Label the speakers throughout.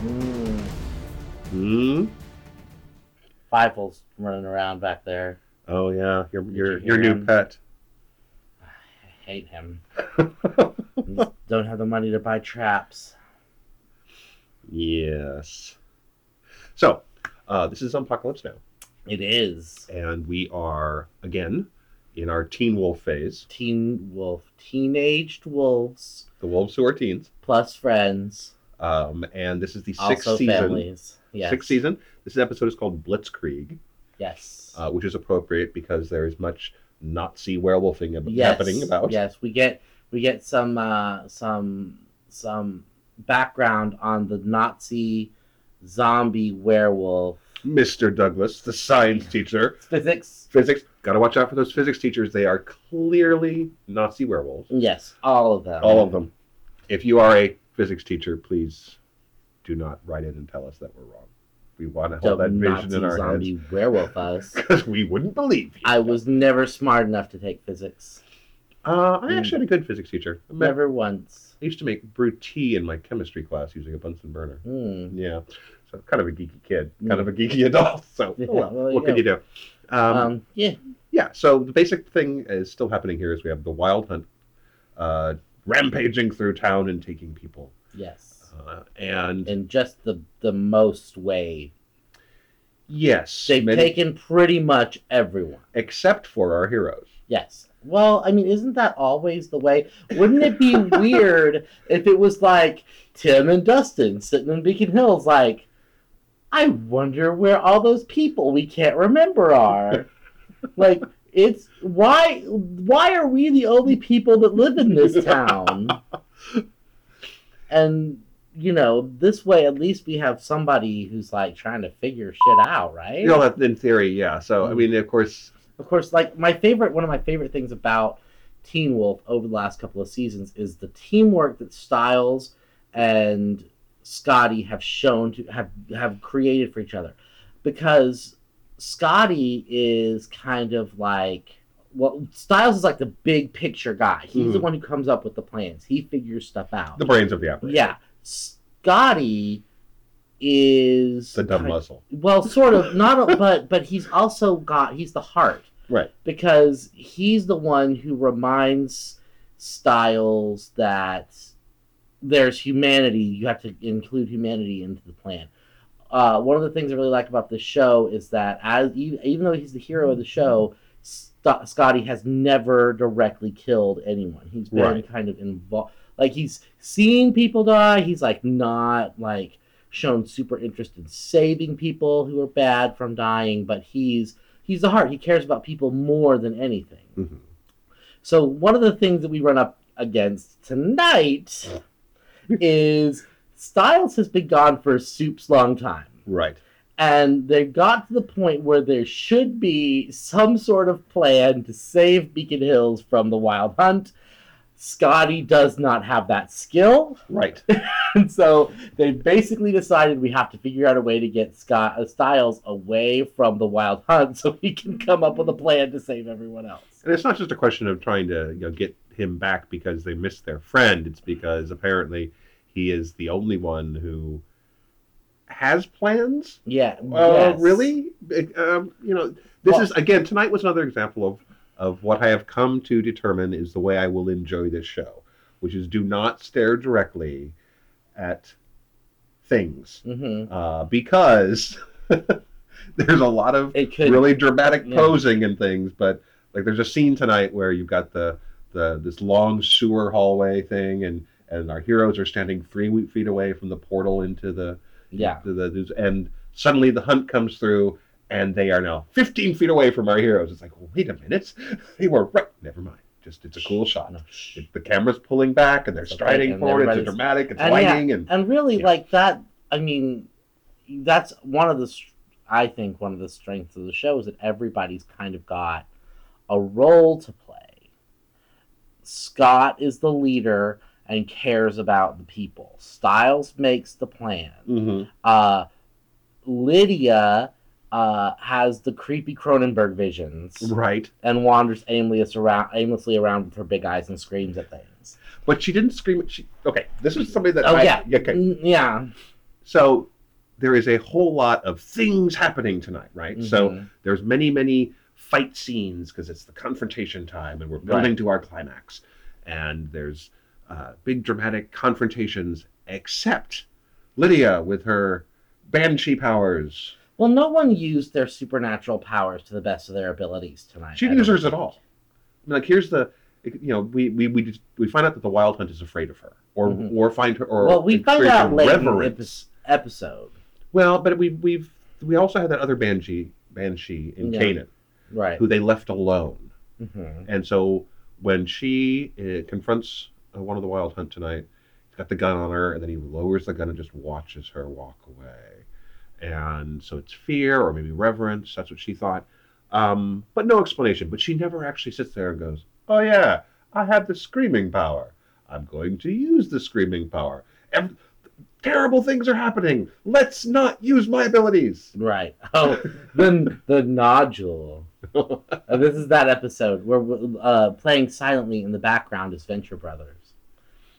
Speaker 1: Mm,
Speaker 2: Hmm.
Speaker 1: Fifle's running around back there.
Speaker 2: Oh yeah, your your
Speaker 1: you
Speaker 2: your
Speaker 1: hear
Speaker 2: new
Speaker 1: him?
Speaker 2: pet.
Speaker 1: I hate him. Just Don't have the money to buy traps.
Speaker 2: yes. So, uh, this is Apocalypse Now,
Speaker 1: It is
Speaker 2: and we are again in our Teen Wolf phase.
Speaker 1: Teen Wolf, teenaged wolves
Speaker 2: The wolves who are teens,
Speaker 1: plus friends,
Speaker 2: um, and this is the sixth
Speaker 1: also
Speaker 2: season.
Speaker 1: families. Yes.
Speaker 2: Sixth season. This episode is called Blitzkrieg,
Speaker 1: Yes.
Speaker 2: uh, which is appropriate because there is much Nazi werewolfing ab-
Speaker 1: yes.
Speaker 2: happening about.
Speaker 1: Yes, we get we get some uh, some some background on the Nazi zombie werewolf
Speaker 2: Mr. Douglas, the science teacher,
Speaker 1: physics.
Speaker 2: physics. Got to watch out for those physics teachers. They are clearly Nazi werewolves.
Speaker 1: Yes, all of them.
Speaker 2: All of them. If you are a physics teacher, please do not write in and tell us that we're wrong. We want to
Speaker 1: The
Speaker 2: hold that vision
Speaker 1: Nazi
Speaker 2: in our
Speaker 1: zombie
Speaker 2: heads
Speaker 1: werewolf us.
Speaker 2: because we wouldn't believe you.
Speaker 1: I was never smart enough to take physics.
Speaker 2: Uh, I actually had a good physics teacher. I
Speaker 1: Never once.
Speaker 2: used to make brew tea in my chemistry class using a Bunsen burner.
Speaker 1: Mm.
Speaker 2: Yeah, so kind of a geeky kid, kind of a geeky adult. So
Speaker 1: Yeah,
Speaker 2: oh well,
Speaker 1: well,
Speaker 2: what could you
Speaker 1: yeah.
Speaker 2: do? Um,
Speaker 1: Um, yeah.
Speaker 2: yeah. So the basic thing is still happening here is we have the Wild Hunt uh, rampaging through town and taking people,
Speaker 1: Yes.
Speaker 2: uh, and
Speaker 1: In just the the most way.
Speaker 2: Yes.
Speaker 1: They've
Speaker 2: many-
Speaker 1: taken pretty much everyone.
Speaker 2: except for our heroes.
Speaker 1: Yes. Well, I mean, isn't that always the way? Wouldn't it be weird if it was like Tim and Dustin sitting in Beacon Hills, like, I wonder where all those people we can't remember are? like, it's why why are we the only people that live in this town? and you know, this way at least we have somebody who's like trying to figure shit out, right?
Speaker 2: You know, that- in theory, yeah. So I mean, of course,
Speaker 1: of course, like my favorite, one of my favorite things about Teen Wolf over the last couple of seasons is the teamwork that Styles and Scotty have shown to have have created for each other, because Scotty is kind of like well, Styles is like the big picture guy. He's the
Speaker 2: Mhm.
Speaker 1: one who comes up with the plans. He figures stuff out.
Speaker 2: the brains of the operation.
Speaker 1: yeah, Scotty is
Speaker 2: The dumb
Speaker 1: kind-
Speaker 2: muscle.
Speaker 1: well, sort of not, a, but but he's also got he's the heart
Speaker 2: Right.
Speaker 1: because he's the one who reminds Styles that there's humanity. You have to include humanity into the plan. Uh, one of the things I really like about this show is that as e- even though he's the hero of the show, St- Scotty has never directly killed anyone. He's been
Speaker 2: Right.
Speaker 1: kind of involved. Like he's seen people die. He's like not like shown super interest in saving people who are bad from dying, but he's he's the heart. He cares about people more than anything.
Speaker 2: hmm
Speaker 1: So one of the things that we run up against tonight is Styles has been gone for Soup's long time.
Speaker 2: Right.
Speaker 1: And they've got to the point where there should be some sort of plan to save Beacon Hills from the wild hunt. Scotty does not have that skill.
Speaker 2: Right.
Speaker 1: And so they basically decided we have to figure out a way to get Scott uh, Styles away from the wild hunt so he can come up with a plan to save everyone else.
Speaker 2: and it's not just a question of trying to you know get him back because they missed their friend. It's because apparently he is the only one who has plans
Speaker 1: Yeah.
Speaker 2: Uh,
Speaker 1: yes.
Speaker 2: really? It- um, you know, this
Speaker 1: Well-
Speaker 2: is again tonight was another example of of what I have come to determine is the way I will enjoy this show, which is do not stare directly at things
Speaker 1: hmm
Speaker 2: uh, because there's a lot of
Speaker 1: It could.
Speaker 2: really dramatic
Speaker 1: yeah.
Speaker 2: posing and things, but like there's a scene tonight where you've got the the this long sewer hallway thing and and our heroes are standing three feet away from the portal into the
Speaker 1: Yeah.
Speaker 2: the, the- and suddenly the hunt comes through, and they are now 15 feet away from our heroes. It's like, wait a minute, they were right. Never mind. Just it's a cool shot.
Speaker 1: No, shh.
Speaker 2: It- the camera's pulling back, and they're
Speaker 1: Okay,
Speaker 2: striding
Speaker 1: and
Speaker 2: forward. It's a
Speaker 1: everybody's-
Speaker 2: dramatic. It's
Speaker 1: And yeah,
Speaker 2: lighting, and
Speaker 1: And really,
Speaker 2: Yeah.
Speaker 1: like that, I mean, that's one of the str- I think one of the strengths of the show is that everybody's kind of got a role to play. Scott is the leader and cares about the people. Styles makes the plan.
Speaker 2: Mm-hmm.
Speaker 1: Uh, Lydia uh, has the creepy Cronenberg visions
Speaker 2: Right.
Speaker 1: and wanders aimless around, aimlessly around with her big eyes and screams at things.
Speaker 2: But she didn't scream. She okay. This is somebody that.
Speaker 1: Oh,
Speaker 2: I-
Speaker 1: yeah.
Speaker 2: Okay.
Speaker 1: Mm, yeah.
Speaker 2: So there is a whole lot of things happening tonight, right? So
Speaker 1: Mhm.
Speaker 2: there's many many fight scenes because it's the confrontation time and we're building
Speaker 1: Right.
Speaker 2: to our climax, and there's uh, big dramatic confrontations. Except Lydia with her banshee powers.
Speaker 1: well, no one used their supernatural powers to the best of their abilities tonight.
Speaker 2: She
Speaker 1: I don't
Speaker 2: deserves it
Speaker 1: think.
Speaker 2: all. I mean, like here's the, you know, we we we, just, we find out that the Wild Hunt is afraid of her, or
Speaker 1: Mhm.
Speaker 2: or find her, or
Speaker 1: well, we find
Speaker 2: experience
Speaker 1: out
Speaker 2: a
Speaker 1: later in the
Speaker 2: reverence.
Speaker 1: epis- episode,
Speaker 2: Well, but we we've we also had that other banshee banshee in
Speaker 1: Yeah.
Speaker 2: Canaan
Speaker 1: right?
Speaker 2: who they left alone,
Speaker 1: Mhm.
Speaker 2: and so when she uh, confronts uh, one of the Wild Hunt tonight, he's got the gun on her, and then he lowers the gun and just watches her walk away, and so it's fear or maybe reverence. That's what she thought, um, but no explanation. But she never actually sits there and goes, "Oh yeah, I have the screaming power. I'm going to use the screaming power." Ev- Terrible things are happening. Let's not use my abilities.
Speaker 1: Right. Oh, the the nodule. Uh, this is that episode where w- uh, playing silently in the background is Venture Brothers,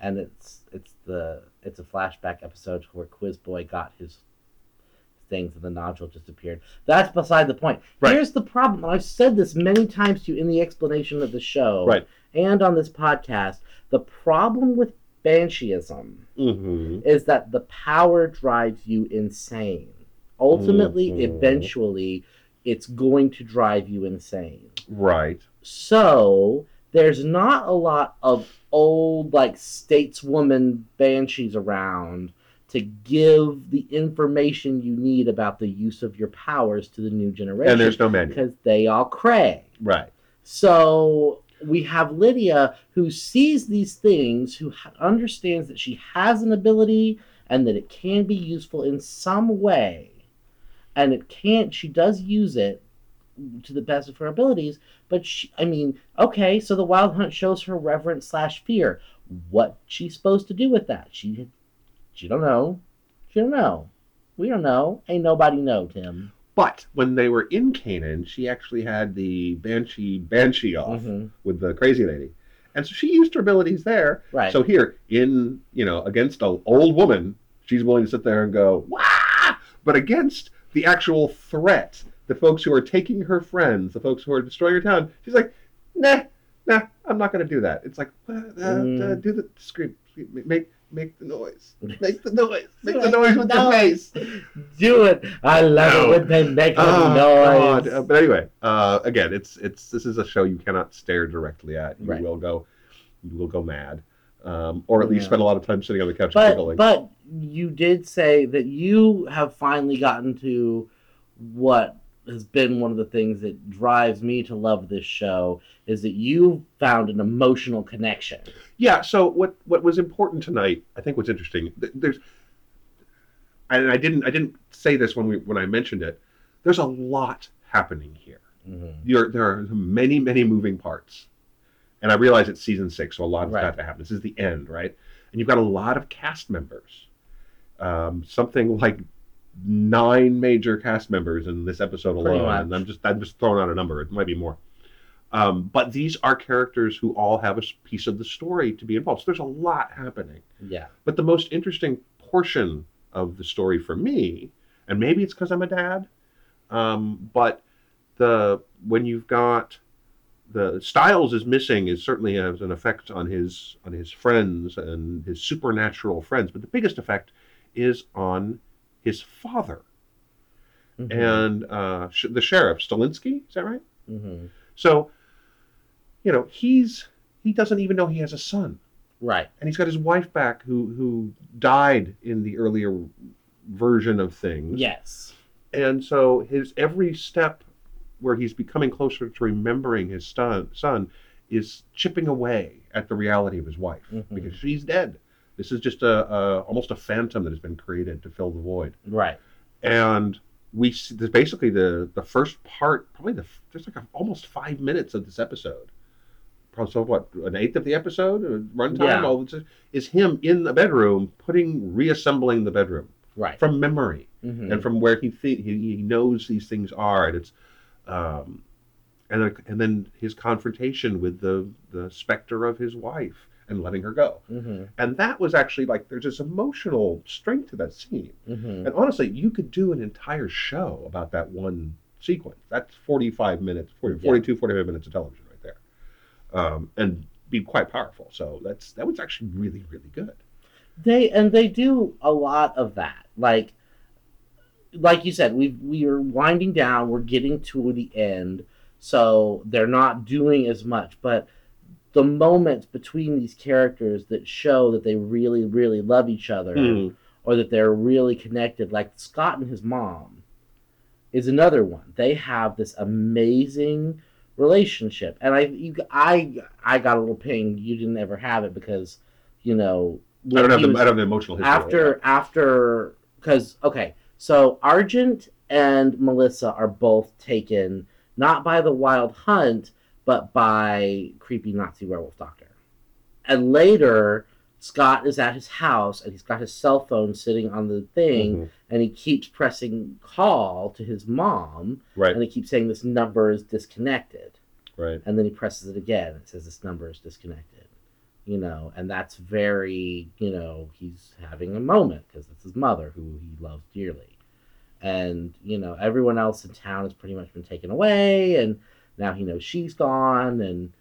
Speaker 1: and it's it's the it's a flashback episode where Quiz Boy got his things and the nodule just appeared. That's beside the point.
Speaker 2: Right.
Speaker 1: Here's the problem. and I've said this many times to you in the explanation of the show,
Speaker 2: Right.
Speaker 1: and on this podcast. The problem with Bansheeism
Speaker 2: Mm-hmm.
Speaker 1: is that the power drives you insane. Ultimately,
Speaker 2: Mhm.
Speaker 1: eventually, it's going to drive you insane.
Speaker 2: Right.
Speaker 1: So there's not a lot of old like stateswoman banshees around to give the information you need about the use of your powers to the new generation
Speaker 2: And there's no manual.
Speaker 1: because they all cray.
Speaker 2: Right.
Speaker 1: So we have Lydia who sees these things, who ha- understands that she has an ability and that it can be useful in some way. And it can't, she does use it to the best of her abilities. But she, I mean, okay, so the Wild Hunt shows her reverence slash fear. What she's supposed to do with that? She, she don't know. She don't know. We don't know. Ain't nobody know, Tim.
Speaker 2: But when they were in Canaan, she actually had the banshee banshee off
Speaker 1: Mhm.
Speaker 2: with the crazy lady, and so she used her abilities there.
Speaker 1: Right.
Speaker 2: So here, in you know, against an old woman, she's willing to sit there and go wah, but against the actual threat, the folks who are taking her friends, the folks who are destroying her town, she's like, nah, nah, I'm not going to do that. It's like, uh, uh,
Speaker 1: Mm.
Speaker 2: uh, do the scream, make make the noise, make the noise, make the
Speaker 1: Make
Speaker 2: noise
Speaker 1: the
Speaker 2: with
Speaker 1: noise.
Speaker 2: your face.
Speaker 1: Do it. I love it when they make a
Speaker 2: Oh,
Speaker 1: noise.
Speaker 2: God. Uh, but anyway, uh, again, it's it's this is a show you cannot stare directly at. You
Speaker 1: Right.
Speaker 2: will go, you will go mad, um, or at least
Speaker 1: Yeah.
Speaker 2: spend a lot of time sitting on the couch
Speaker 1: but
Speaker 2: giggling.
Speaker 1: but you did say that you have finally gotten to what has been one of the things that drives me to love this show is that you found an emotional connection.
Speaker 2: yeah. So what what was important tonight? I think what's interesting. th- There's, and I didn't I didn't say this when we when I mentioned it. There's a lot happening here.
Speaker 1: Mhm.
Speaker 2: You're, there are many many moving parts, and I realize it's season six, so a lot has
Speaker 1: Right.
Speaker 2: got to happen. This is the end, right? And you've got a lot of cast members. um, something like nine major cast members in this episode
Speaker 1: Pretty
Speaker 2: alone.
Speaker 1: much.
Speaker 2: And I'm just I'm just throwing out a number. It might be more. Um, but these are characters who all have a s- piece of the story to be involved. So there's a lot happening.
Speaker 1: Yeah.
Speaker 2: But the most interesting portion of the story for me, and maybe it's because I'm a dad, um, but the when you've got the Styles is missing is certainly has an effect on his on his friends and his supernatural friends, but the biggest effect is on his father
Speaker 1: Mhm.
Speaker 2: and uh, sh- the sheriff Stalinsky. Is that right?
Speaker 1: Mhm.
Speaker 2: So, you know, he's he doesn't even know he has a son
Speaker 1: right.
Speaker 2: and he's got his wife back who who died in the earlier version of things
Speaker 1: Yes.
Speaker 2: and so his every step where he's becoming closer to remembering his son, son is chipping away at the reality of his wife
Speaker 1: Mhm.
Speaker 2: because she's dead this is just a, a almost a phantom that has been created to fill the void
Speaker 1: Right.
Speaker 2: and we see this basically the the first part, probably the there's like a, almost five minutes of this episode. Probably so what an eighth of the episode uh, runtime
Speaker 1: Yeah.
Speaker 2: all this is- is him in the bedroom putting reassembling the bedroom
Speaker 1: Right.
Speaker 2: from memory
Speaker 1: Mhm.
Speaker 2: and from where he, th- he he knows these things are, and it's, um, and then- and then his confrontation with the the specter of his wife and letting her go,
Speaker 1: Mhm.
Speaker 2: and that was actually like there's this emotional strength to that scene,
Speaker 1: Mhm.
Speaker 2: and honestly, you could do an entire show about that one sequence. That's 45 minutes, 40,
Speaker 1: Yeah.
Speaker 2: 42, 45 minutes of television right there, um, and be quite powerful. So that's that was actually really really good.
Speaker 1: They and they do a lot of that. Like like you said, we we are winding down, we're getting to the end, so they're not doing as much, but the moments between these characters that show that they really, really love each other
Speaker 2: Hmm.
Speaker 1: or that they're really connected, like Scott and his mom is another one. They have this amazing relationship, and I, you, I, I got a little ping. You didn't ever have it because, you know,
Speaker 2: I
Speaker 1: when
Speaker 2: don't have
Speaker 1: he
Speaker 2: the
Speaker 1: was-
Speaker 2: I don't have the emotional history of
Speaker 1: after after because okay, so Argent and Melissa are both taken not by the Wild Hunt but by creepy Nazi werewolf doctor, and later. Scott is at his house and he's got his cell phone sitting on the
Speaker 2: that.
Speaker 1: thing
Speaker 2: Mhm.
Speaker 1: and he keeps pressing call to his mom
Speaker 2: Mm-hmm. right,
Speaker 1: and he keeps saying this number is disconnected
Speaker 2: right.
Speaker 1: and then he presses it again and it says this number is disconnected you know and that's very you know he's having a moment because it's his mother who he loves dearly and you know everyone else in town has pretty much been taken away and now he knows she's gone and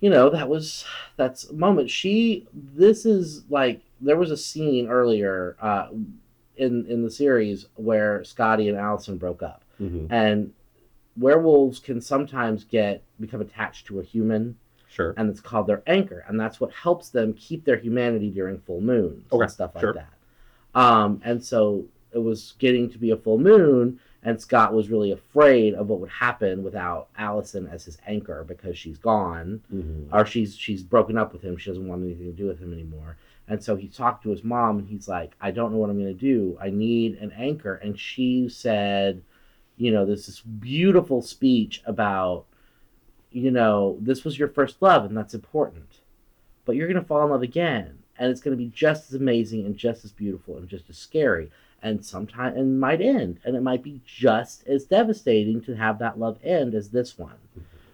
Speaker 1: you know that was that's a moment she this is like there was a scene earlier uh in in the series where scotty and allison broke up
Speaker 2: Mhm.
Speaker 1: and werewolves can sometimes get become attached to a human
Speaker 2: Sure.
Speaker 1: and it's called their anchor and that's what helps them keep their humanity during full moons
Speaker 2: Okay,
Speaker 1: and stuff like
Speaker 2: sure.
Speaker 1: that um, and so it was getting to be a full moon and scott was really afraid of what would happen without allison as his anchor because she's gone
Speaker 2: Mhm.
Speaker 1: Mm-hmm. or she's she's broken up with him. She doesn't want anything to do with him anymore. And so he talked to his mom, and he's like, "I don't know what I'm going to do. I need an anchor." And she said, "You know, this this beautiful speech about, you know, this was your first love, and that's important, but you're going to fall in love again, and it's going to be just as amazing, and just as beautiful, and just as scary." And sometimes and might end, and it might be just as devastating to have that love end as this one.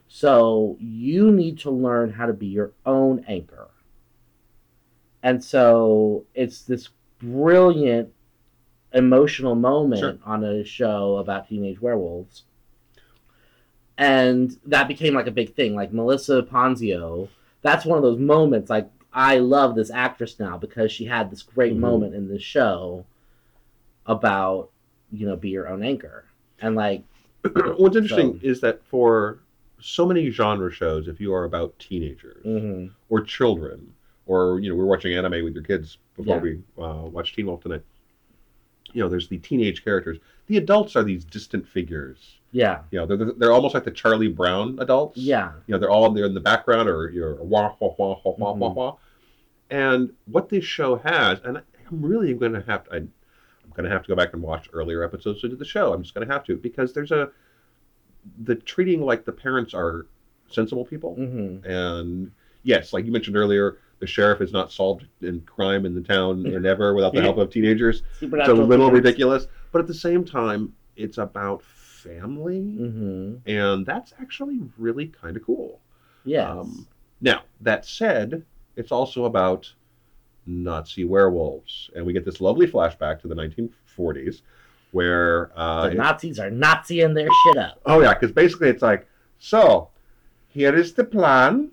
Speaker 1: So you need to learn how to be your own anchor. And so it's this brilliant emotional moment
Speaker 2: Sure.
Speaker 1: on a show about teenage werewolves. And that became like a big thing. Like Melissa Ponzio, that's one of those moments like I love this actress now because she had this great
Speaker 2: Mhm.
Speaker 1: moment in the show about, you know, be your own anchor. And like
Speaker 2: What's interesting
Speaker 1: So-
Speaker 2: is that for so many genre shows, if you are about teenagers
Speaker 1: mhm,
Speaker 2: or children, or you know, we're watching anime with your kids before
Speaker 1: Yeah.
Speaker 2: we uh, watch Teen Wolf tonight. You know, there's the teenage characters. The adults are these distant figures.
Speaker 1: yeah.
Speaker 2: You know, they're they're almost like the Charlie Brown adults.
Speaker 1: Yeah.
Speaker 2: You know, they're all there in the background or you're wah wah wah wah wah wah
Speaker 1: Mhm.
Speaker 2: wah. And what this show has, and I'm really going to have to, I, I'm going to have to go back and watch earlier episodes of the show. I'm just going to have to because there's a the treating like the parents are sensible people,
Speaker 1: hmm
Speaker 2: and yes, like you mentioned earlier, the sheriff has not solved in crime in the town or never without the help of teenagers. It's a
Speaker 1: Supernatural
Speaker 2: little
Speaker 1: parents.
Speaker 2: ridiculous, but at the same time, it's about family,
Speaker 1: Mm-hmm.
Speaker 2: and that's actually really kind of cool.
Speaker 1: Yes.
Speaker 2: Um, Now, that said, it's also about Nazi werewolves. And we get this lovely flashback to the 1940s where.
Speaker 1: the
Speaker 2: Uh,
Speaker 1: Nazis are Naziing their shit up.
Speaker 2: oh, yeah, because basically it's like, so here is the plan.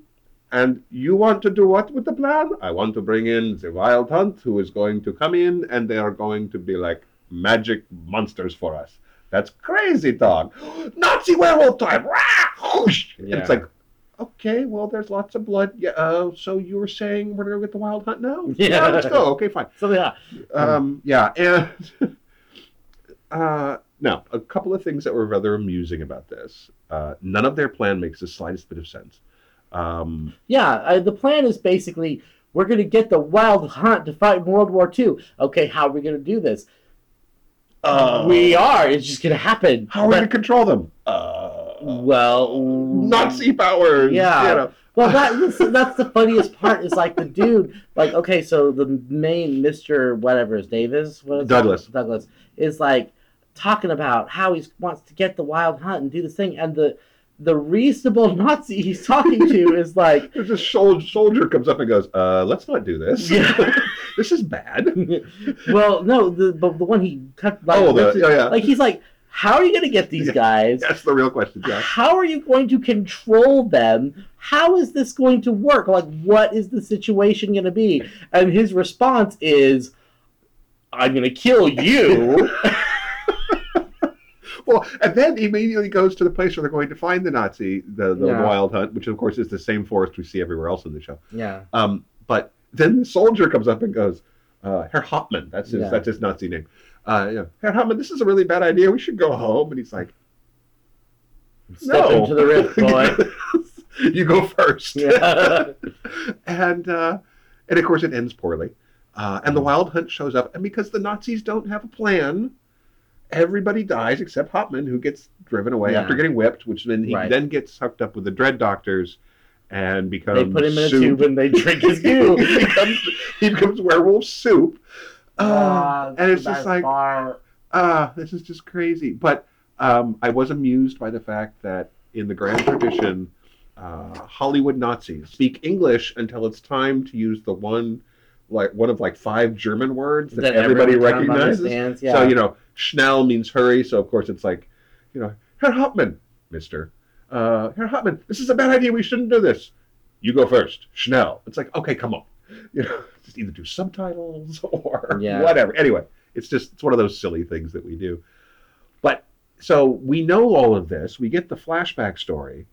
Speaker 2: And you want to do what with the plan? I want to bring in the Wild Hunt, who is going to come in, and they are going to be like magic monsters for us. That's crazy, dog. Nazi werewolf time. Rah! Whoosh! And
Speaker 1: Yeah.
Speaker 2: it's like, okay, well, there's lots of blood. Yeah, uh, so you were saying we're gonna get the wild hunt now?
Speaker 1: Yeah.
Speaker 2: let's go. Okay, fine.
Speaker 1: So yeah,
Speaker 2: Um, yeah, and uh, now a couple of things that were rather amusing about this. Uh, none of their plan makes the slightest bit of sense. Um,
Speaker 1: yeah. Uh, the plan is basically we're gonna get the Wild Hunt to fight in World War II. Okay, how are we gonna do this?
Speaker 3: Uh,
Speaker 1: we are. It's just gonna happen.
Speaker 2: How are we
Speaker 1: But-
Speaker 2: going to control them?
Speaker 3: Uh,
Speaker 1: well,
Speaker 2: Nazi powers.
Speaker 1: Yeah.
Speaker 2: you know.
Speaker 1: Well, that, that's, that's the funniest part is like the dude, like, okay, so the main Mr. whatever his name is, what is
Speaker 2: Douglas.
Speaker 1: it? Douglas, is like talking about how he wants to get the wild hunt and do this thing. And the, the reasonable Nazi he's talking to is like,
Speaker 2: There's this sol- soldier comes up and goes, uh, let's not do this.
Speaker 1: Yeah.
Speaker 2: this is bad.
Speaker 1: well, no, the, but the one he cut, like,
Speaker 2: oh, the,
Speaker 1: rips it-
Speaker 2: yeah, yeah.
Speaker 1: like, he's like, how are you going to get these
Speaker 2: Yeah.
Speaker 1: guys?
Speaker 2: That's the real question, yeah.
Speaker 1: How are you going to control them? How is this going to work? Like, what is the situation going to be? And his response is, I'm going to kill you.
Speaker 2: Well, and then he immediately goes to the place where they're going to find the Nazi, the, the
Speaker 1: Yeah.
Speaker 2: wild hunt, which of course is the same forest we see everywhere else in the show.
Speaker 1: yeah.
Speaker 2: Um, but then the soldier comes up and goes, uh, Herr Hauptmann, that's his,
Speaker 1: Yeah.
Speaker 2: that's his Nazi name. Uh, yeah, Herr Hauptmann, this is a really bad idea. We should go home. And he's like,
Speaker 1: Step
Speaker 2: No.
Speaker 1: into the rift, boy.
Speaker 2: you go first.
Speaker 1: yeah.
Speaker 2: and uh, and of course it ends poorly. Uh, and the
Speaker 1: Mm.
Speaker 2: Wild Hunt shows up, and because the Nazis don't have a plan, everybody dies except Hopman, who gets driven away
Speaker 1: Yeah.
Speaker 2: after getting whipped. Which then he
Speaker 1: Right.
Speaker 2: then gets hooked up with the Dread Doctors, and becomes
Speaker 1: They put him in a
Speaker 2: soup.
Speaker 1: tube and they drink his
Speaker 2: he,
Speaker 1: goo.
Speaker 2: becomes, he becomes werewolf soup. Uh,
Speaker 1: Ah,
Speaker 2: and it's just like ah, this is just crazy. But um, I was amused by the fact that in the grand tradition, uh, Hollywood Nazis speak English until it's time to use the one, like one of like five German words that, everybody recognizes.
Speaker 1: Yeah.
Speaker 2: So you know, Schnell means hurry. So of course it's like, you know, Herr Hauptmann, Mister, uh, Herr Hauptmann, this is a bad idea. We shouldn't do this. You go first, Schnell. It's like, okay, come on, you know, just either do subtitles or
Speaker 1: Yeah.
Speaker 2: whatever. Anyway, it's just it's one of those silly things that we do. But so we know all of this. We get the flashback story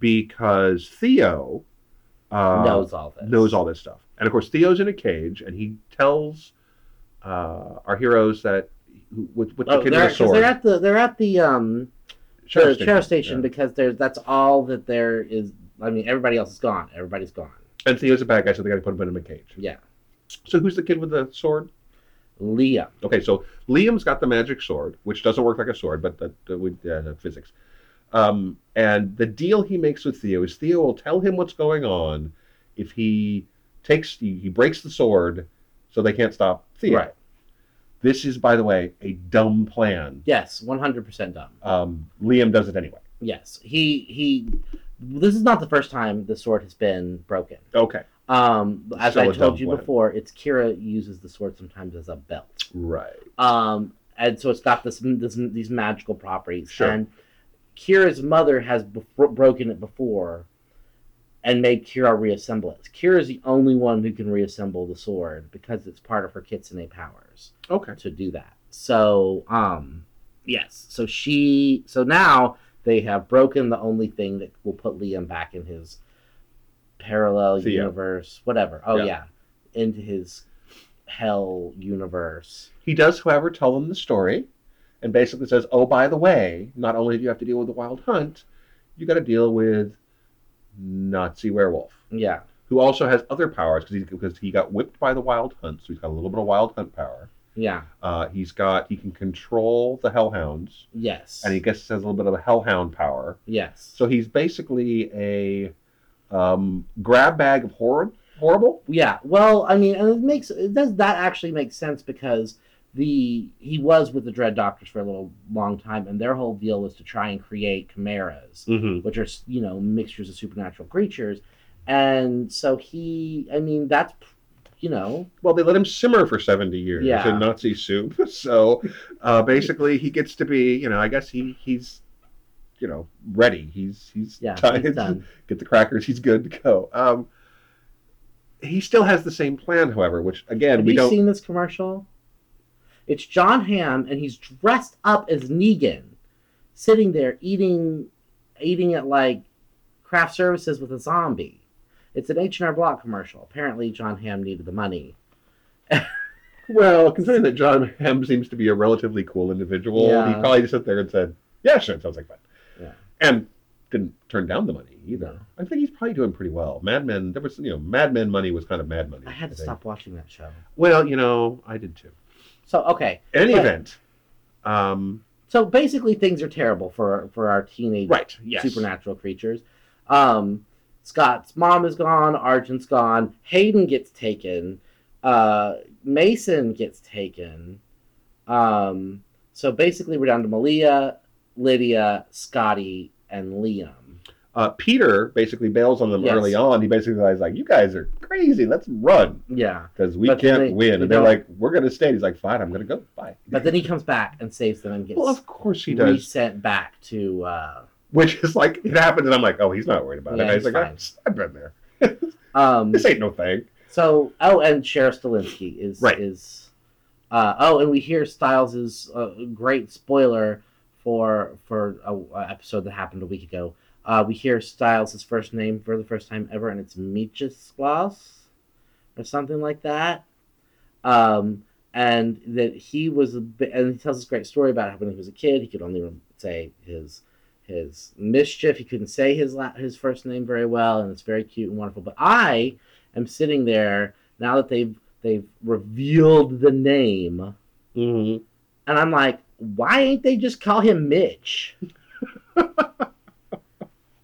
Speaker 2: because Theo uh,
Speaker 1: knows all this.
Speaker 2: knows all this stuff. And of course, Theo's in a cage, and he tells uh, our heroes that who- with, with the
Speaker 1: Oh,
Speaker 2: kid with
Speaker 1: they're,
Speaker 2: a
Speaker 1: 'cause
Speaker 2: sword,
Speaker 1: they're at the they're at the um
Speaker 2: sheriff
Speaker 1: the sheriff station
Speaker 2: yeah.
Speaker 1: because there's that's all that there is. I mean, everybody else is gone. Everybody's gone.
Speaker 2: And Theo's a bad guy, so they got to put him in a cage.
Speaker 1: Yeah,
Speaker 2: So who's the kid with the sword?
Speaker 1: Liam.
Speaker 2: Okay, so Liam's got the magic sword, which doesn't work like a sword, but that that would yeah, the physics. Um, and the deal he makes with Theo is Theo will tell him what's going on if he takes he, he breaks the sword, so they can't stop Theo.
Speaker 1: Right.
Speaker 2: This is, by the way, a dumb plan.
Speaker 1: Yes, one hundred percent dumb.
Speaker 2: Um, Liam does it anyway.
Speaker 1: Yes, he he. This is not the first time the sword has been broken.
Speaker 2: Okay.
Speaker 1: Um, as
Speaker 2: So
Speaker 1: I
Speaker 2: a dumb
Speaker 1: told you
Speaker 2: plan.
Speaker 1: before, it's Kira uses the sword sometimes as a belt.
Speaker 2: Right.
Speaker 1: Um, and so it's got this, this these magical properties.
Speaker 2: Sure.
Speaker 1: And Kira's mother has bef- broken it before, and made Kira reassemble it. Kira's the only one who can reassemble the sword because it's part of her kitsune powers
Speaker 2: Okay.
Speaker 1: to do that. So, um, yes. So she. So now they have broken the only thing that will put Liam back in his parallel
Speaker 2: Theo.
Speaker 1: universe, whatever. Oh
Speaker 2: Yeah.
Speaker 1: yeah. into his hell universe.
Speaker 2: He does, however, tell them the story and basically says, oh, by the way, not only do you have to deal with the wild hunt, you got to deal with Nazi werewolf,
Speaker 1: Yeah,
Speaker 2: who also has other powers because he, because he got whipped by the wild hunt, so he's got a little bit of wild hunt power.
Speaker 1: yeah,
Speaker 2: Uh, he's got, he can control the hellhounds,
Speaker 1: yes,
Speaker 2: and he gets has a little bit of a hellhound power.
Speaker 1: yes.
Speaker 2: So he's basically a um, grab bag of horror, horrible.
Speaker 1: Yeah, well, I mean, and it makes it does that actually make sense because the he was with the Dread Doctors for a little long time, and their whole deal was to try and create chimeras,
Speaker 2: Mm-hmm.
Speaker 1: which are you know mixtures of supernatural creatures, and so he, I mean, that's you know,
Speaker 2: Well, they let him simmer for 70 years
Speaker 1: Yeah.
Speaker 2: in Nazi soup. So uh, basically, he gets to be, you know, I guess he he's, you know, ready. He's he's,
Speaker 1: yeah,
Speaker 2: tired.
Speaker 1: he's done.
Speaker 2: Get the crackers. He's good to go. Um, he still has the same plan, however, which again
Speaker 1: Have
Speaker 2: we
Speaker 1: you
Speaker 2: don't.
Speaker 1: seen this commercial? It's John Hamm, and he's dressed up as Negan, sitting there eating, eating at like craft services with a zombie. It's an H and R Block commercial. Apparently, John Hamm needed the money.
Speaker 2: Well, considering that John Hamm seems to be a relatively cool individual, he
Speaker 1: Yeah.
Speaker 2: probably just sat there and said, "Yeah, sure, it sounds like fun,"
Speaker 1: Yeah.
Speaker 2: and didn't turn down the money either.
Speaker 1: No.
Speaker 2: I think he's probably doing pretty well. Mad Men, there was you know, Mad Men money was kind of Mad Money.
Speaker 1: I had to
Speaker 2: think.
Speaker 1: stop watching that show.
Speaker 2: Well, you know, I did too.
Speaker 1: So okay,
Speaker 2: In any
Speaker 1: But-
Speaker 2: event, Um,
Speaker 1: So basically, things are terrible for for our teenage
Speaker 2: right. Yes.
Speaker 1: supernatural creatures. Um, Scott's mom is gone. Argent's gone. Hayden gets taken. Uh, Mason gets taken. Um, so basically, we're down to Malia, Lydia, Scotty, and Liam.
Speaker 2: Uh, Peter basically bails on them
Speaker 1: Yes.
Speaker 2: early on. He basically is like, "You guys are crazy. Let's run
Speaker 1: Yeah,
Speaker 2: because we
Speaker 1: But then
Speaker 2: can't
Speaker 1: they-
Speaker 2: win."
Speaker 1: they
Speaker 2: And they're
Speaker 1: don't-
Speaker 2: like, "We're gonna stay." And he's like, "Fine, I'm gonna go. Bye."
Speaker 1: but then he comes back and saves them and gets
Speaker 2: well, of course he does.
Speaker 1: resent back to. Uh,
Speaker 2: Which is like it happens, and I'm like, "Oh, he's not worried about
Speaker 1: Yeah,
Speaker 2: it." And
Speaker 1: he's
Speaker 2: he's like,
Speaker 1: fine.
Speaker 2: "I've- "I've been there.
Speaker 1: um,
Speaker 2: This ain't no thing."
Speaker 1: So, oh, and Sheriff Stalinsky is
Speaker 2: Right.
Speaker 1: is. Uh, oh, and we hear Styles' uh, great spoiler for for a, a episode that happened a week ago. Uh, we hear Styles' first name for the first time ever, and it's Mieczysław or something like that. Um, and that he was, a bi- and he tells this great story about how when he was a kid, he could only rem- say his his mischief. He couldn't say his la- his first name very well, and it's very cute and wonderful. But I am sitting there now that they've they've revealed the name,
Speaker 2: Mm-hmm.
Speaker 1: and I'm like, why ain't they just call him Mitch?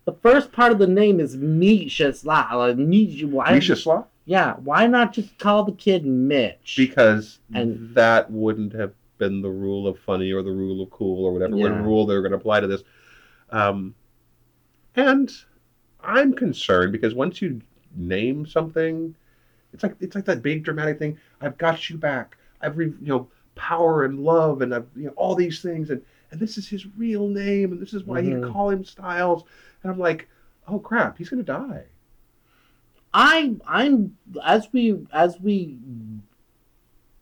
Speaker 1: the first part of the name is Mieczysław. Like, Miecz- why? Yeah, why not just call the kid Mitch?
Speaker 2: because
Speaker 1: And-
Speaker 2: that wouldn't have been the rule of funny or the rule of cool or whatever
Speaker 1: Yeah.
Speaker 2: rule they were going to apply to this. Um, and I'm concerned because once you name something, it's like it's like that big dramatic thing. I've got you back. I've re- you know power and love and I've, you know all these things and and this is his real name and this is why
Speaker 1: Mhm.
Speaker 2: you call him Styles. And I'm like, oh crap, he's going to die.
Speaker 1: I I'm as we as we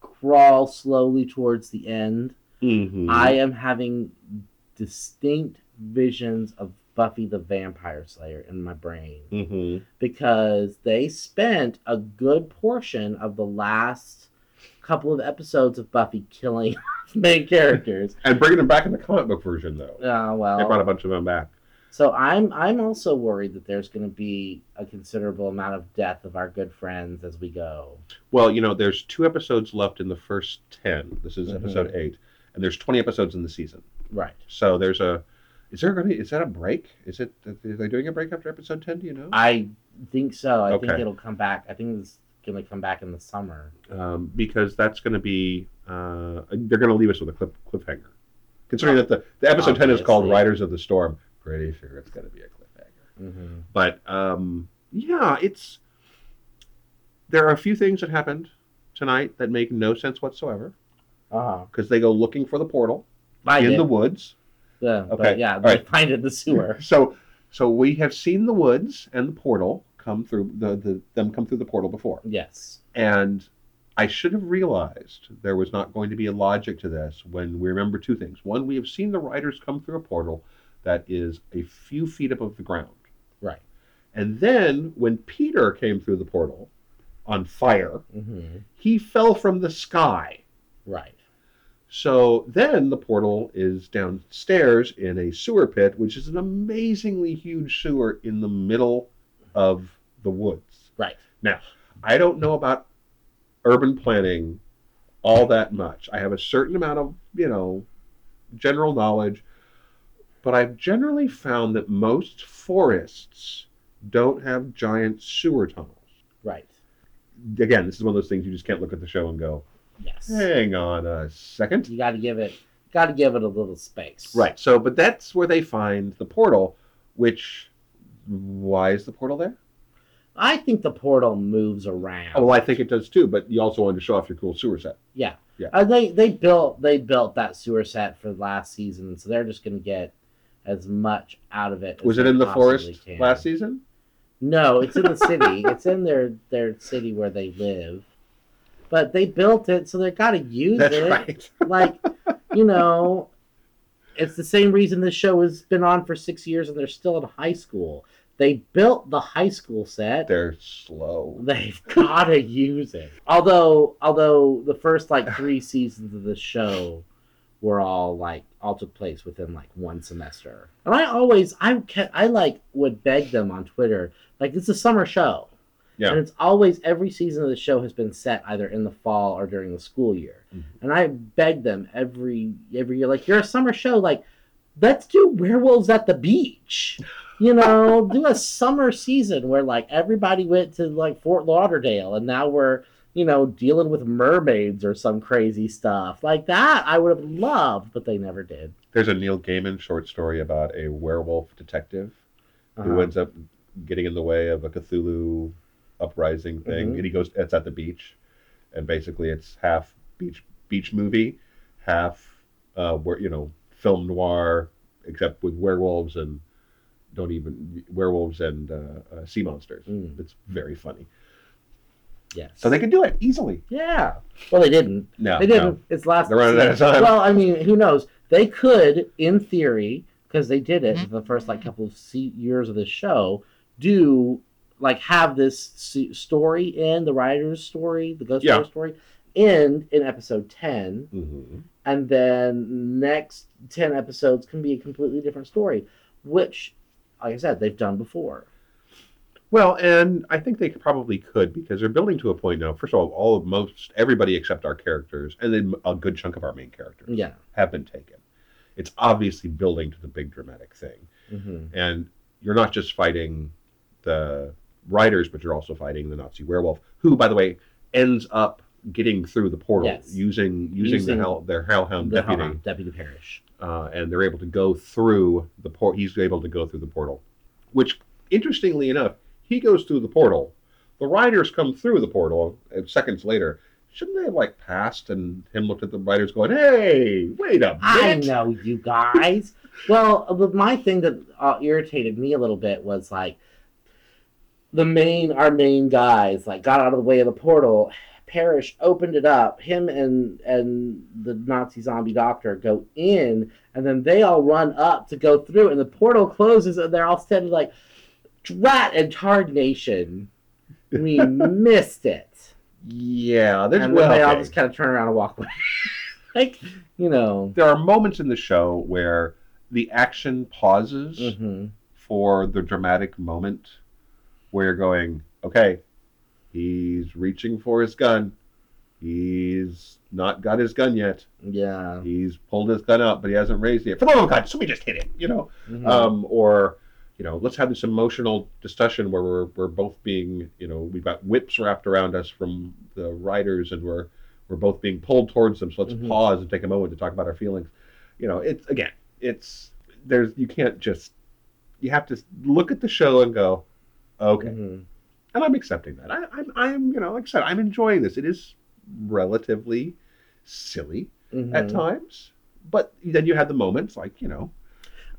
Speaker 1: crawl slowly towards the end,
Speaker 2: Mm-hmm.
Speaker 1: I am having distinct visions of Buffy the Vampire Slayer in my brain
Speaker 2: hmm
Speaker 1: because they spent a good portion of the last couple of episodes of Buffy killing main characters.
Speaker 2: and bringing him back in the comic book version though.
Speaker 1: Ah, well,
Speaker 2: They brought a bunch of them back.
Speaker 1: So I'm I'm also worried that there's going to be a considerable amount of death of our good friends as we go.
Speaker 2: Well, you know, there's two episodes left in the first 10. This is
Speaker 1: Mhm.
Speaker 2: episode 8. And there's 20 episodes in the season.
Speaker 1: Right.
Speaker 2: So there's a is there going to is that a break? Is it are they doing a break after episode 10, do you know?
Speaker 1: I think so. I think
Speaker 2: Okay.
Speaker 1: it'll come back. I think it's going to come back in the summer.
Speaker 2: Um, because that's going to be uh, they're going to leave us with a cliff, cliffhanger. Considering that the, the episode 10 is called
Speaker 1: Obviously.
Speaker 2: Riders of the Storm, pretty sure it's going to be a cliffhanger.
Speaker 1: Mm-hmm.
Speaker 2: but um, yeah, it's there are a few things that happened tonight that make no sense whatsoever
Speaker 1: Uh-huh.
Speaker 2: because they go looking for the portal
Speaker 1: I
Speaker 2: in
Speaker 1: did.
Speaker 2: the woods.
Speaker 1: Yeah, but
Speaker 2: Okay,
Speaker 1: yeah,
Speaker 2: all
Speaker 1: they
Speaker 2: right.
Speaker 1: find it in the sewer.
Speaker 2: So so we have seen the woods and the portal come through the, the them come through the portal before,
Speaker 1: yes.
Speaker 2: and I should have realized there was not going to be a logic to this when we remember two things. One, we have seen the riders come through a portal that is a few feet above the ground.
Speaker 1: Right.
Speaker 2: And then when Peter came through the portal on fire,
Speaker 1: Mm-hmm.
Speaker 2: he fell from the sky.
Speaker 1: Right.
Speaker 2: So then the portal is downstairs in a sewer pit, which is an amazingly huge sewer in the middle of the woods.
Speaker 1: Right.
Speaker 2: I don't know about urban planning all that much. I have a certain amount of, you know, general knowledge, but I've generally found that most forests don't have giant sewer tunnels.
Speaker 1: Right.
Speaker 2: Again, this is one of those things you just can't look at the show and go,
Speaker 1: Yes.
Speaker 2: hang on a second.
Speaker 1: You got to give it got to give it a little space.
Speaker 2: Right. So, but that's where they find the portal, which why is the portal there?
Speaker 1: I think the portal moves around.
Speaker 2: Oh, well, I think it does too, but you also wanted to show off your cool sewer set.
Speaker 1: Yeah.
Speaker 2: Yeah.
Speaker 1: Uh, they they built they built that sewer set for last season, so they're just going to get as much out of it. as
Speaker 2: Was it
Speaker 1: they
Speaker 2: in the
Speaker 1: possibly
Speaker 2: forest
Speaker 1: can.
Speaker 2: last season?
Speaker 1: No, it's in the city. it's in their their city where they live. But they built it, so they got to use
Speaker 2: That's
Speaker 1: it.
Speaker 2: right.
Speaker 1: Like, you know, it's the same reason this show has been on for six years and they're still in high school. They built the high school set.
Speaker 2: They're slow.
Speaker 1: They've got to use it. Although, although the first like three seasons of the show were all like all took place within like one semester. And I always I kept, I like would beg them on Twitter like it's a summer show.
Speaker 2: Yeah.
Speaker 1: And it's always every season of the show has been set either in the fall or during the school year.
Speaker 2: Mhm.
Speaker 1: And I beg them every every year, like you're a summer show, like let's do werewolves at the beach. You know, do a summer season where like everybody went to like Fort Lauderdale and now we're, you know, dealing with mermaids or some crazy stuff. Like that I would have loved, but they never did.
Speaker 2: There's a Neil Gaiman short story about a werewolf detective
Speaker 1: Uh-huh.
Speaker 2: who ends up getting in the way of a Cthulhu uprising thing,
Speaker 1: Mhm.
Speaker 2: and he goes. It's at the beach, and basically it's half beach beach movie, half uh, where you know film noir, except with werewolves and don't even werewolves and uh, uh, sea monsters.
Speaker 1: Mm.
Speaker 2: It's very funny.
Speaker 1: Yes.
Speaker 2: So they could do it easily.
Speaker 1: Yeah. Well they didn't.
Speaker 2: No,
Speaker 1: They
Speaker 2: no.
Speaker 1: didn't. It's last.
Speaker 2: They're running out of time.
Speaker 1: Well, I mean, who knows? They could, in theory, because they did it for the first like couple of se- years of the show, do like have this se- story in the writer's story, the ghost
Speaker 2: Yeah.
Speaker 1: writer story, end in episode ten,
Speaker 2: Mhm.
Speaker 1: and then next ten episodes can be a completely different story, which, like I said, they've done before.
Speaker 2: Well, and I think they probably could because they're building to a point now. First of all, all of most everybody except our characters, and then a good chunk of our main characters,
Speaker 1: Yeah.
Speaker 2: have been taken. It's obviously building to the big dramatic thing,
Speaker 1: hmm
Speaker 2: and you're not just fighting the riders, but you're also fighting the Nazi werewolf, who, by the way, ends up getting through the portal
Speaker 1: Yes.
Speaker 2: using using,
Speaker 1: Using
Speaker 2: the hell their hellhound
Speaker 1: The
Speaker 2: deputy,
Speaker 1: Hellhound, Deputy Parish.
Speaker 2: uh, and they're able to go through the port. He's able to go through the portal, which, interestingly enough, he goes through the portal. The riders come through the portal uh, seconds later. Shouldn't they have like passed and him looked at the riders going, "Hey, wait a minute!"
Speaker 1: I know you guys. well, the- my thing that uh, irritated me a little bit was like the main, our main guys, like got out of the way of the portal. Parrish opened it up. Him and and the Nazi zombie doctor go in, and then they all run up to go through, and the portal closes, and they're all standing like, "Drat and Tard Nation, we missed it."
Speaker 2: Yeah, there's
Speaker 1: And
Speaker 2: well,
Speaker 1: then they all
Speaker 2: okay.
Speaker 1: just kind of turn around and walk away, like you know.
Speaker 2: there are moments in the show where the action pauses
Speaker 1: hmm
Speaker 2: for the dramatic moment where you're going, okay, he's reaching for his gun. He's not got his gun yet.
Speaker 1: Yeah.
Speaker 2: He's pulled his gun up, but he hasn't raised it. yet. For the love of God, somebody just hit him, you know?
Speaker 1: Mhm.
Speaker 2: Um, or, you know, let's have this emotional discussion where we're, we're both being, you know, we've got whips wrapped around us from the riders and we're, we're both being pulled towards them. So let's
Speaker 1: Mhm.
Speaker 2: pause and take a moment to talk about our feelings. You know, it's, again, it's, there's, you can't just, you have to look at the show and go, okay.
Speaker 1: Mhm.
Speaker 2: And I'm accepting that. I, I'm, I'm, you know, like I said, I'm enjoying this. It is relatively silly
Speaker 1: Mhm.
Speaker 2: at times. But then you had the moments like you know,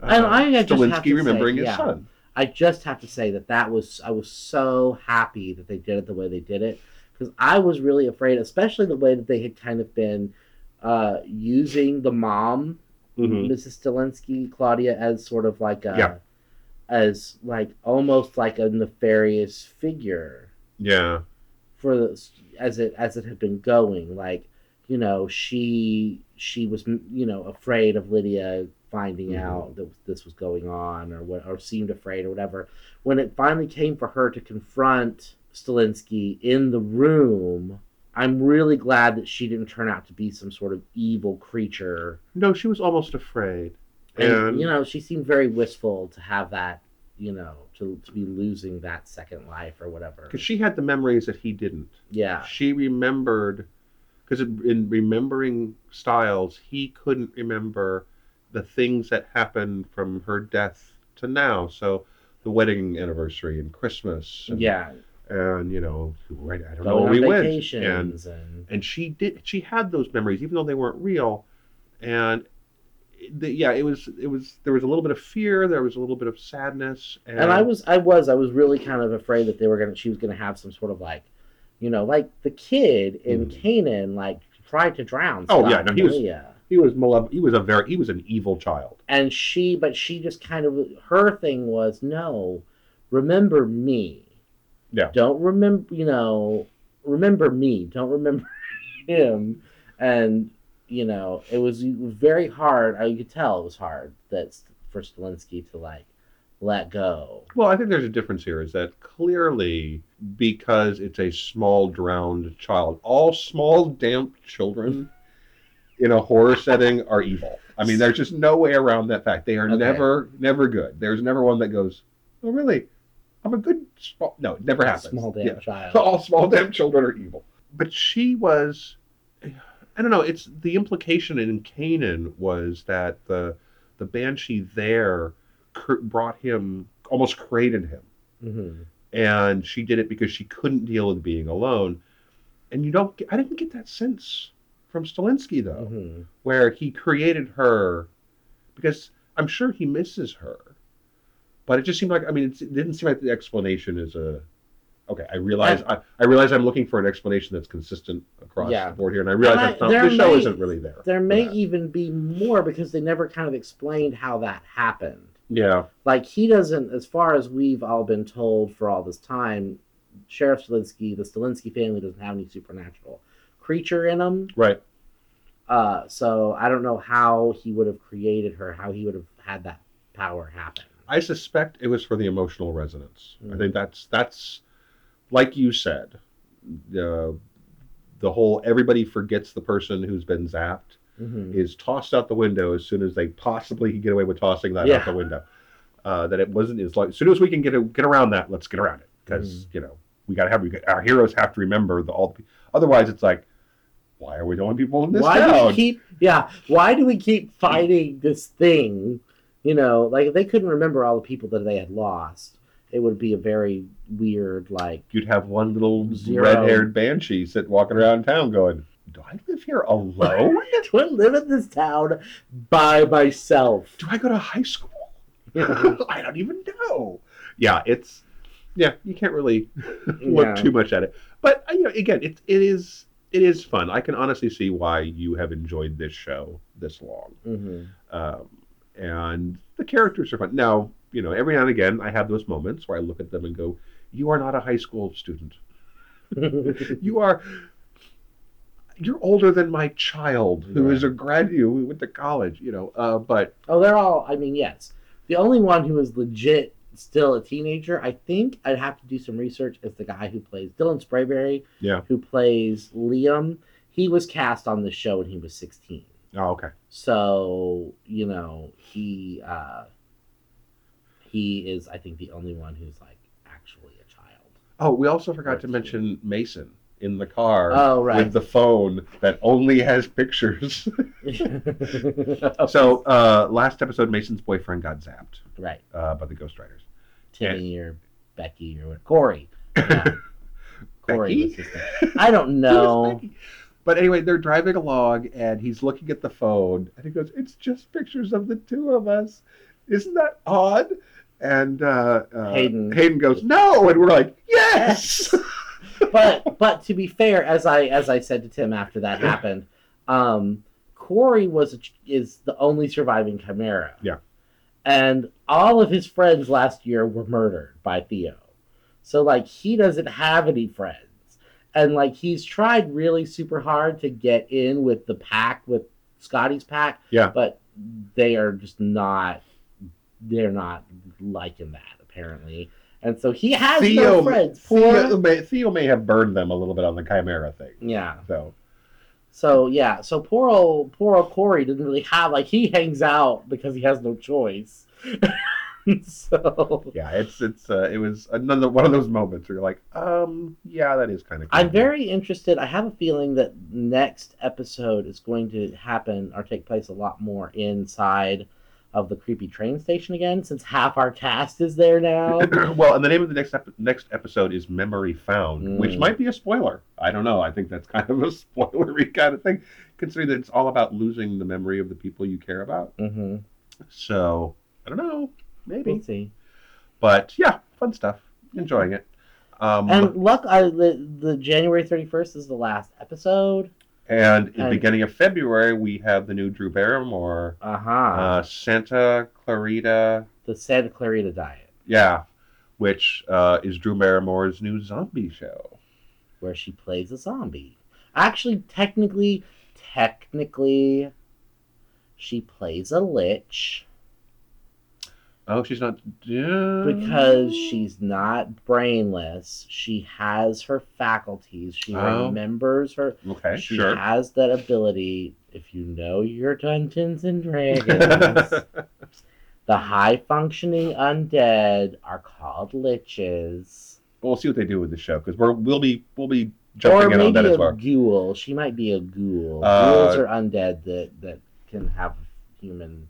Speaker 2: uh,
Speaker 1: And I just have to say,
Speaker 2: remembering
Speaker 1: yeah.
Speaker 2: his son.
Speaker 1: I just have to say that that was I was so happy that they did it the way they did it because I was really afraid, especially the way that they had kind of been uh, using the mom, Mrs. Stilinski, Claudia, as sort of like a,
Speaker 2: Mm-hmm. Yeah.
Speaker 1: as like almost like a nefarious figure.
Speaker 2: Yeah,
Speaker 1: for the, as it as it had been going like you know she she was you know afraid of lydia finding
Speaker 2: Mhm.
Speaker 1: out that this was going on or what or seemed afraid or whatever when it finally came for her to confront Stilinski in the room i'm really glad that she didn't turn out to be some sort of evil creature
Speaker 2: no, she was almost afraid,
Speaker 1: and,
Speaker 2: and,
Speaker 1: you know she seemed very wistful to have that you know to, to be losing that second life or whatever
Speaker 2: because she had the memories that he didn't.
Speaker 1: yeah
Speaker 2: She remembered, because in remembering Styles, he couldn't remember the things that happened from her death to now. So. The wedding anniversary and Christmas, and,
Speaker 1: yeah
Speaker 2: and you know, right? I don't know.
Speaker 1: going
Speaker 2: where We
Speaker 1: on
Speaker 2: went, and
Speaker 1: vacations and,
Speaker 2: and she did she had those memories even though they weren't real and the, yeah it was it was there was a little bit of fear there was a little bit of sadness and,
Speaker 1: and I was I was I was really kind of afraid that they were gonna she was gonna have some sort of like you know like the kid in
Speaker 2: Mhm.
Speaker 1: Canaan like tried to drown
Speaker 2: Oh,
Speaker 1: Scott
Speaker 2: yeah, no,
Speaker 1: and
Speaker 2: he was-
Speaker 1: Leah.
Speaker 2: he was malev- he was a very he was an evil child
Speaker 1: and she but she just kind of her thing was no remember me
Speaker 2: Yeah.
Speaker 1: don't remember you know remember me don't remember him and you know it was very hard I could tell it was hard that's for Stilinski to like let go.
Speaker 2: Well, I think there's a difference here is that clearly because it's a small drowned child, all small damp children in a horror setting are evil. I mean, there's just no way around that fact. They are
Speaker 1: Okay.
Speaker 2: never never good. There's never one that goes, "Oh, really? I'm a good small." No, it never happens.
Speaker 1: Small damn
Speaker 2: Yeah.
Speaker 1: child.
Speaker 2: All small damn children are evil. But she was, I don't know. It's the implication in Canaan was that the the banshee there cr- brought him almost created him,
Speaker 1: hmm
Speaker 2: and she did it because she couldn't deal with being alone. And you don't. Get, I didn't get that sense from Stalinsky though,
Speaker 1: hmm
Speaker 2: where he created her because I'm sure he misses her. But it just seemed like I mean it's- it didn't seem like the explanation is a okay. I realize I, I realize I'm looking for an explanation that's consistent across
Speaker 1: Yeah.
Speaker 2: the board here, and I realize
Speaker 1: And I-
Speaker 2: that's not,
Speaker 1: there
Speaker 2: this show
Speaker 1: may-
Speaker 2: isn't really there.
Speaker 1: There
Speaker 2: for
Speaker 1: may
Speaker 2: that.
Speaker 1: even be more because they never kind of explained how that happened.
Speaker 2: yeah
Speaker 1: Like he doesn't, as far as we've all been told for all this time, Sheriff Stalinsky, the Stalinsky family doesn't have any supernatural creature in them.
Speaker 2: right
Speaker 1: Uh, so I don't know how he would have created her, how he would have had that power happen.
Speaker 2: I suspect it was for the emotional resonance. I
Speaker 1: Mm.
Speaker 2: think that's that's like you said, the the whole everybody forgets the person who's been zapped
Speaker 1: Mhm.
Speaker 2: is tossed out the window as soon as they possibly can get away with tossing that
Speaker 1: Yeah.
Speaker 2: out the window. Uh, that it wasn't as like as soon as we can get a, get around that, let's get around it
Speaker 1: Mm.
Speaker 2: because you know we got to have we got, our heroes have to remember the all. The, pe- otherwise, it's like why are we throwing people in this
Speaker 1: Why do we
Speaker 2: town?
Speaker 1: keep? Yeah, why do we keep fighting this thing? You know, like if they couldn't remember all the people that they had lost, it would be a very weird, like,
Speaker 2: You'd have one little
Speaker 1: Zero.
Speaker 2: red-haired banshee sitting walking around town going, "Do I live here alone?
Speaker 1: do I live in this town by myself?
Speaker 2: do I go to high school? I don't even know." Yeah, it's yeah, you can't really look
Speaker 1: Yeah.
Speaker 2: too much at it. But uh, you know, again, it it is it is fun. I can honestly see why you have enjoyed this show this long,
Speaker 1: Mhm.
Speaker 2: um, and the characters are fun. Now, you know, every now and again, I have those moments where I look at them and go, "You are not a high school student. mm-hmm. You are." You're older than my child, who is a graduate who went to college, you know. Uh, but
Speaker 1: oh, they're all. I mean, yes. The only one who is legit still a teenager, I think I'd have to do some research, is the guy who plays Dylan Sprayberry,
Speaker 2: yeah,
Speaker 1: who plays Liam. He was cast on this show when he was sixteen.
Speaker 2: oh, okay.
Speaker 1: So, you know, he uh he is I think the only one who's like actually a child.
Speaker 2: Oh, we also forgot to
Speaker 1: Right.
Speaker 2: mention Mason in the car
Speaker 1: Oh right.
Speaker 2: with the phone that only has pictures. so, uh, last episode, Mason's boyfriend got zapped
Speaker 1: right.
Speaker 2: uh, by the Ghost Riders.
Speaker 1: Timmy or Becky or what Corey. Yeah. Corey was
Speaker 2: Becky?
Speaker 1: his name. I don't know.
Speaker 2: But anyway, they're driving along and he's looking at the phone and he goes, It's just pictures of the two of us. Isn't that odd? And uh, uh,
Speaker 1: Hayden.
Speaker 2: Hayden goes, No. And we're like, Yes.
Speaker 1: but but to be fair, as I as I said to Tim after that happened, um, Corey was a, ch- is the only surviving Chimera.
Speaker 2: Yeah.
Speaker 1: and all of his friends last year were murdered by Theo, so like he doesn't have any friends, and like he's tried really super hard to get in with the pack with Scotty's pack.
Speaker 2: Yeah.
Speaker 1: but they are just not. They're not liking that apparently. And so he has no friends.
Speaker 2: Theo,
Speaker 1: Poor-
Speaker 2: may, Theo may have burned them a little bit on the Chimera thing.
Speaker 1: yeah.
Speaker 2: So
Speaker 1: So yeah, so poor old poor old Corey didn't really have like he hangs out because he has no choice. so
Speaker 2: yeah, it's it's uh, it was another one of those moments where you're like, um, yeah, that is kind of.
Speaker 1: I'm very interested. I have a feeling that next episode is going to happen or take place a lot more inside of the creepy train station again, since half our cast is there now.
Speaker 2: well, and the name of the next ep- next episode is Memory Found, which
Speaker 1: Mm.
Speaker 2: might be a spoiler. I don't know. I think that's kind of a spoilery kind of thing, considering that it's all about losing the memory of the people you care about.
Speaker 1: mm-hmm.
Speaker 2: So I don't know,
Speaker 1: We'll
Speaker 2: maybe,
Speaker 1: see.
Speaker 2: but yeah, fun stuff. Enjoying it. Um,
Speaker 1: And
Speaker 2: and,
Speaker 1: luck, I, the, the January 31st is the last episode.
Speaker 2: in the
Speaker 1: and-
Speaker 2: beginning of February, we have the new Drew Barrymore,
Speaker 1: Uh-huh.
Speaker 2: uh, Santa Clarita
Speaker 1: the Santa Clarita Diet,
Speaker 2: Yeah, which uh, is Drew Barrymore's new zombie show.
Speaker 1: where she plays a zombie. Actually, technically, technically, she plays a lich.
Speaker 2: Oh, she's not. Yeah.
Speaker 1: because
Speaker 2: Oh.
Speaker 1: she's not brainless. She has her faculties. She
Speaker 2: Oh.
Speaker 1: remembers her.
Speaker 2: Okay,
Speaker 1: she
Speaker 2: sure.
Speaker 1: has that ability. If you know your Dungeons and Dragons,
Speaker 2: okay.
Speaker 1: the high functioning undead are called liches.
Speaker 2: We'll see what they do with the show because we're we'll be we'll be
Speaker 1: Or
Speaker 2: jumping in on
Speaker 1: maybe
Speaker 2: that
Speaker 1: a
Speaker 2: as well.
Speaker 1: ghoul. She might be a ghoul.
Speaker 2: Uh,
Speaker 1: Ghouls are undead that, that can have human.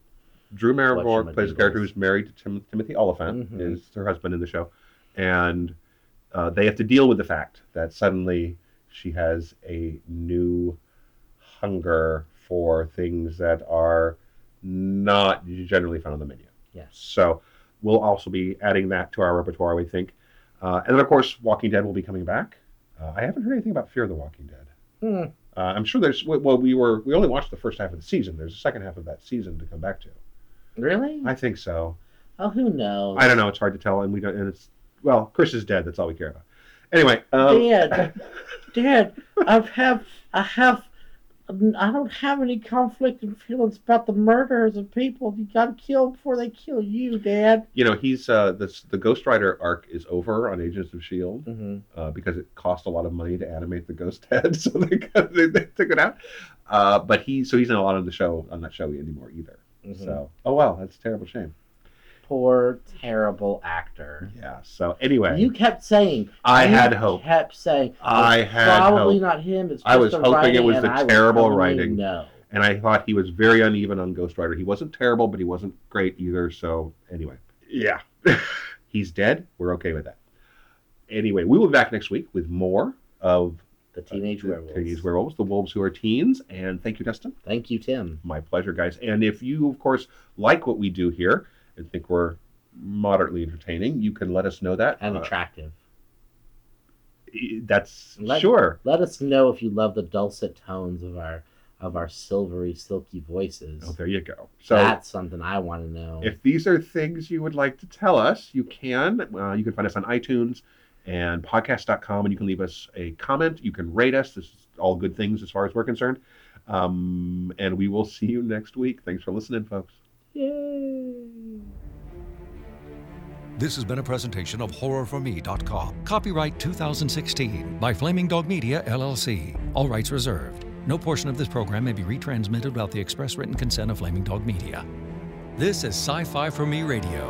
Speaker 2: Drew
Speaker 1: Watch
Speaker 2: Barrymore plays a
Speaker 1: Madrigals.
Speaker 2: character who's married to Tim- Timothy Oliphant,
Speaker 1: Mhm.
Speaker 2: is her husband in the show, and uh, they have to deal with the fact that suddenly she has a new hunger for things that are not generally found on the menu.
Speaker 1: Yes.
Speaker 2: So we'll also be adding that to our repertoire, we think. Uh, and then, of course, Walking Dead will be coming back. Uh, I haven't heard anything about Fear the Walking Dead.
Speaker 1: Hmm.
Speaker 2: Uh, I'm sure there's well, we were we only watched the first half of the season. There's a second half of that season to come back to.
Speaker 1: Really?
Speaker 2: I think so.
Speaker 1: oh, who knows?
Speaker 2: I don't know. It's hard to tell, and we don't. And it's well, Chris is dead. That's all we care about. Anyway, um,
Speaker 1: Dad, Dad, I've have I have I don't have any conflicting feelings about the murders of people. You gotta kill before they kill you, Dad.
Speaker 2: you know, he's uh, this the Ghost Rider arc is over on Agents of Shield.
Speaker 1: Mm-hmm.
Speaker 2: uh, because it cost a lot of money to animate the ghost head, so they, got, they, they took it out. Uh, but he, so he's not on the show on that show anymore either.
Speaker 1: Mm-hmm.
Speaker 2: So, oh wow, that's a terrible shame.
Speaker 1: Poor terrible actor.
Speaker 2: Yeah. So anyway,
Speaker 1: You kept saying
Speaker 2: I
Speaker 1: you
Speaker 2: had hope.
Speaker 1: Kept saying
Speaker 2: I
Speaker 1: "It's
Speaker 2: had
Speaker 1: probably
Speaker 2: hope."
Speaker 1: not him. It's
Speaker 2: I
Speaker 1: just
Speaker 2: was
Speaker 1: the
Speaker 2: hoping it
Speaker 1: writing,"
Speaker 2: was
Speaker 1: and
Speaker 2: the
Speaker 1: I
Speaker 2: terrible
Speaker 1: telling you
Speaker 2: writing.
Speaker 1: No,
Speaker 2: And I thought he was very uneven on Ghost Rider. He wasn't terrible, but he wasn't great either. So anyway, yeah, he's dead. We're okay with that. Anyway, we will be back next week with more of
Speaker 1: the teenage
Speaker 2: Uh, the
Speaker 1: werewolves.
Speaker 2: Teenage Werewolves, the wolves who are teens. And thank you, Dustin.
Speaker 1: Thank you, Tim.
Speaker 2: my pleasure, guys. And if you, of course, like what we do here and think we're moderately entertaining, you can let us know that.
Speaker 1: And
Speaker 2: Uh,
Speaker 1: attractive.
Speaker 2: that's
Speaker 1: Let-
Speaker 2: sure.
Speaker 1: Let us know if you love the dulcet tones of our of our silvery, silky voices.
Speaker 2: Oh, there you go. So
Speaker 1: That's something I want to know.
Speaker 2: if these are things you would like to tell us, you can. Uh, you can find us on iTunes and podcast.com, and you can leave us a comment. You can rate us. This is all good things as far as we're concerned. Um, and we will see you next week. Thanks for listening, folks.
Speaker 1: Yay.
Speaker 4: This has been a presentation of HorrorForMe.com. Copyright 2016 by Flaming Dog Media, LLC. All rights reserved. No portion of this program may be retransmitted without the express written consent of Flaming Dog Media. This is Sci Fi for Me Radio.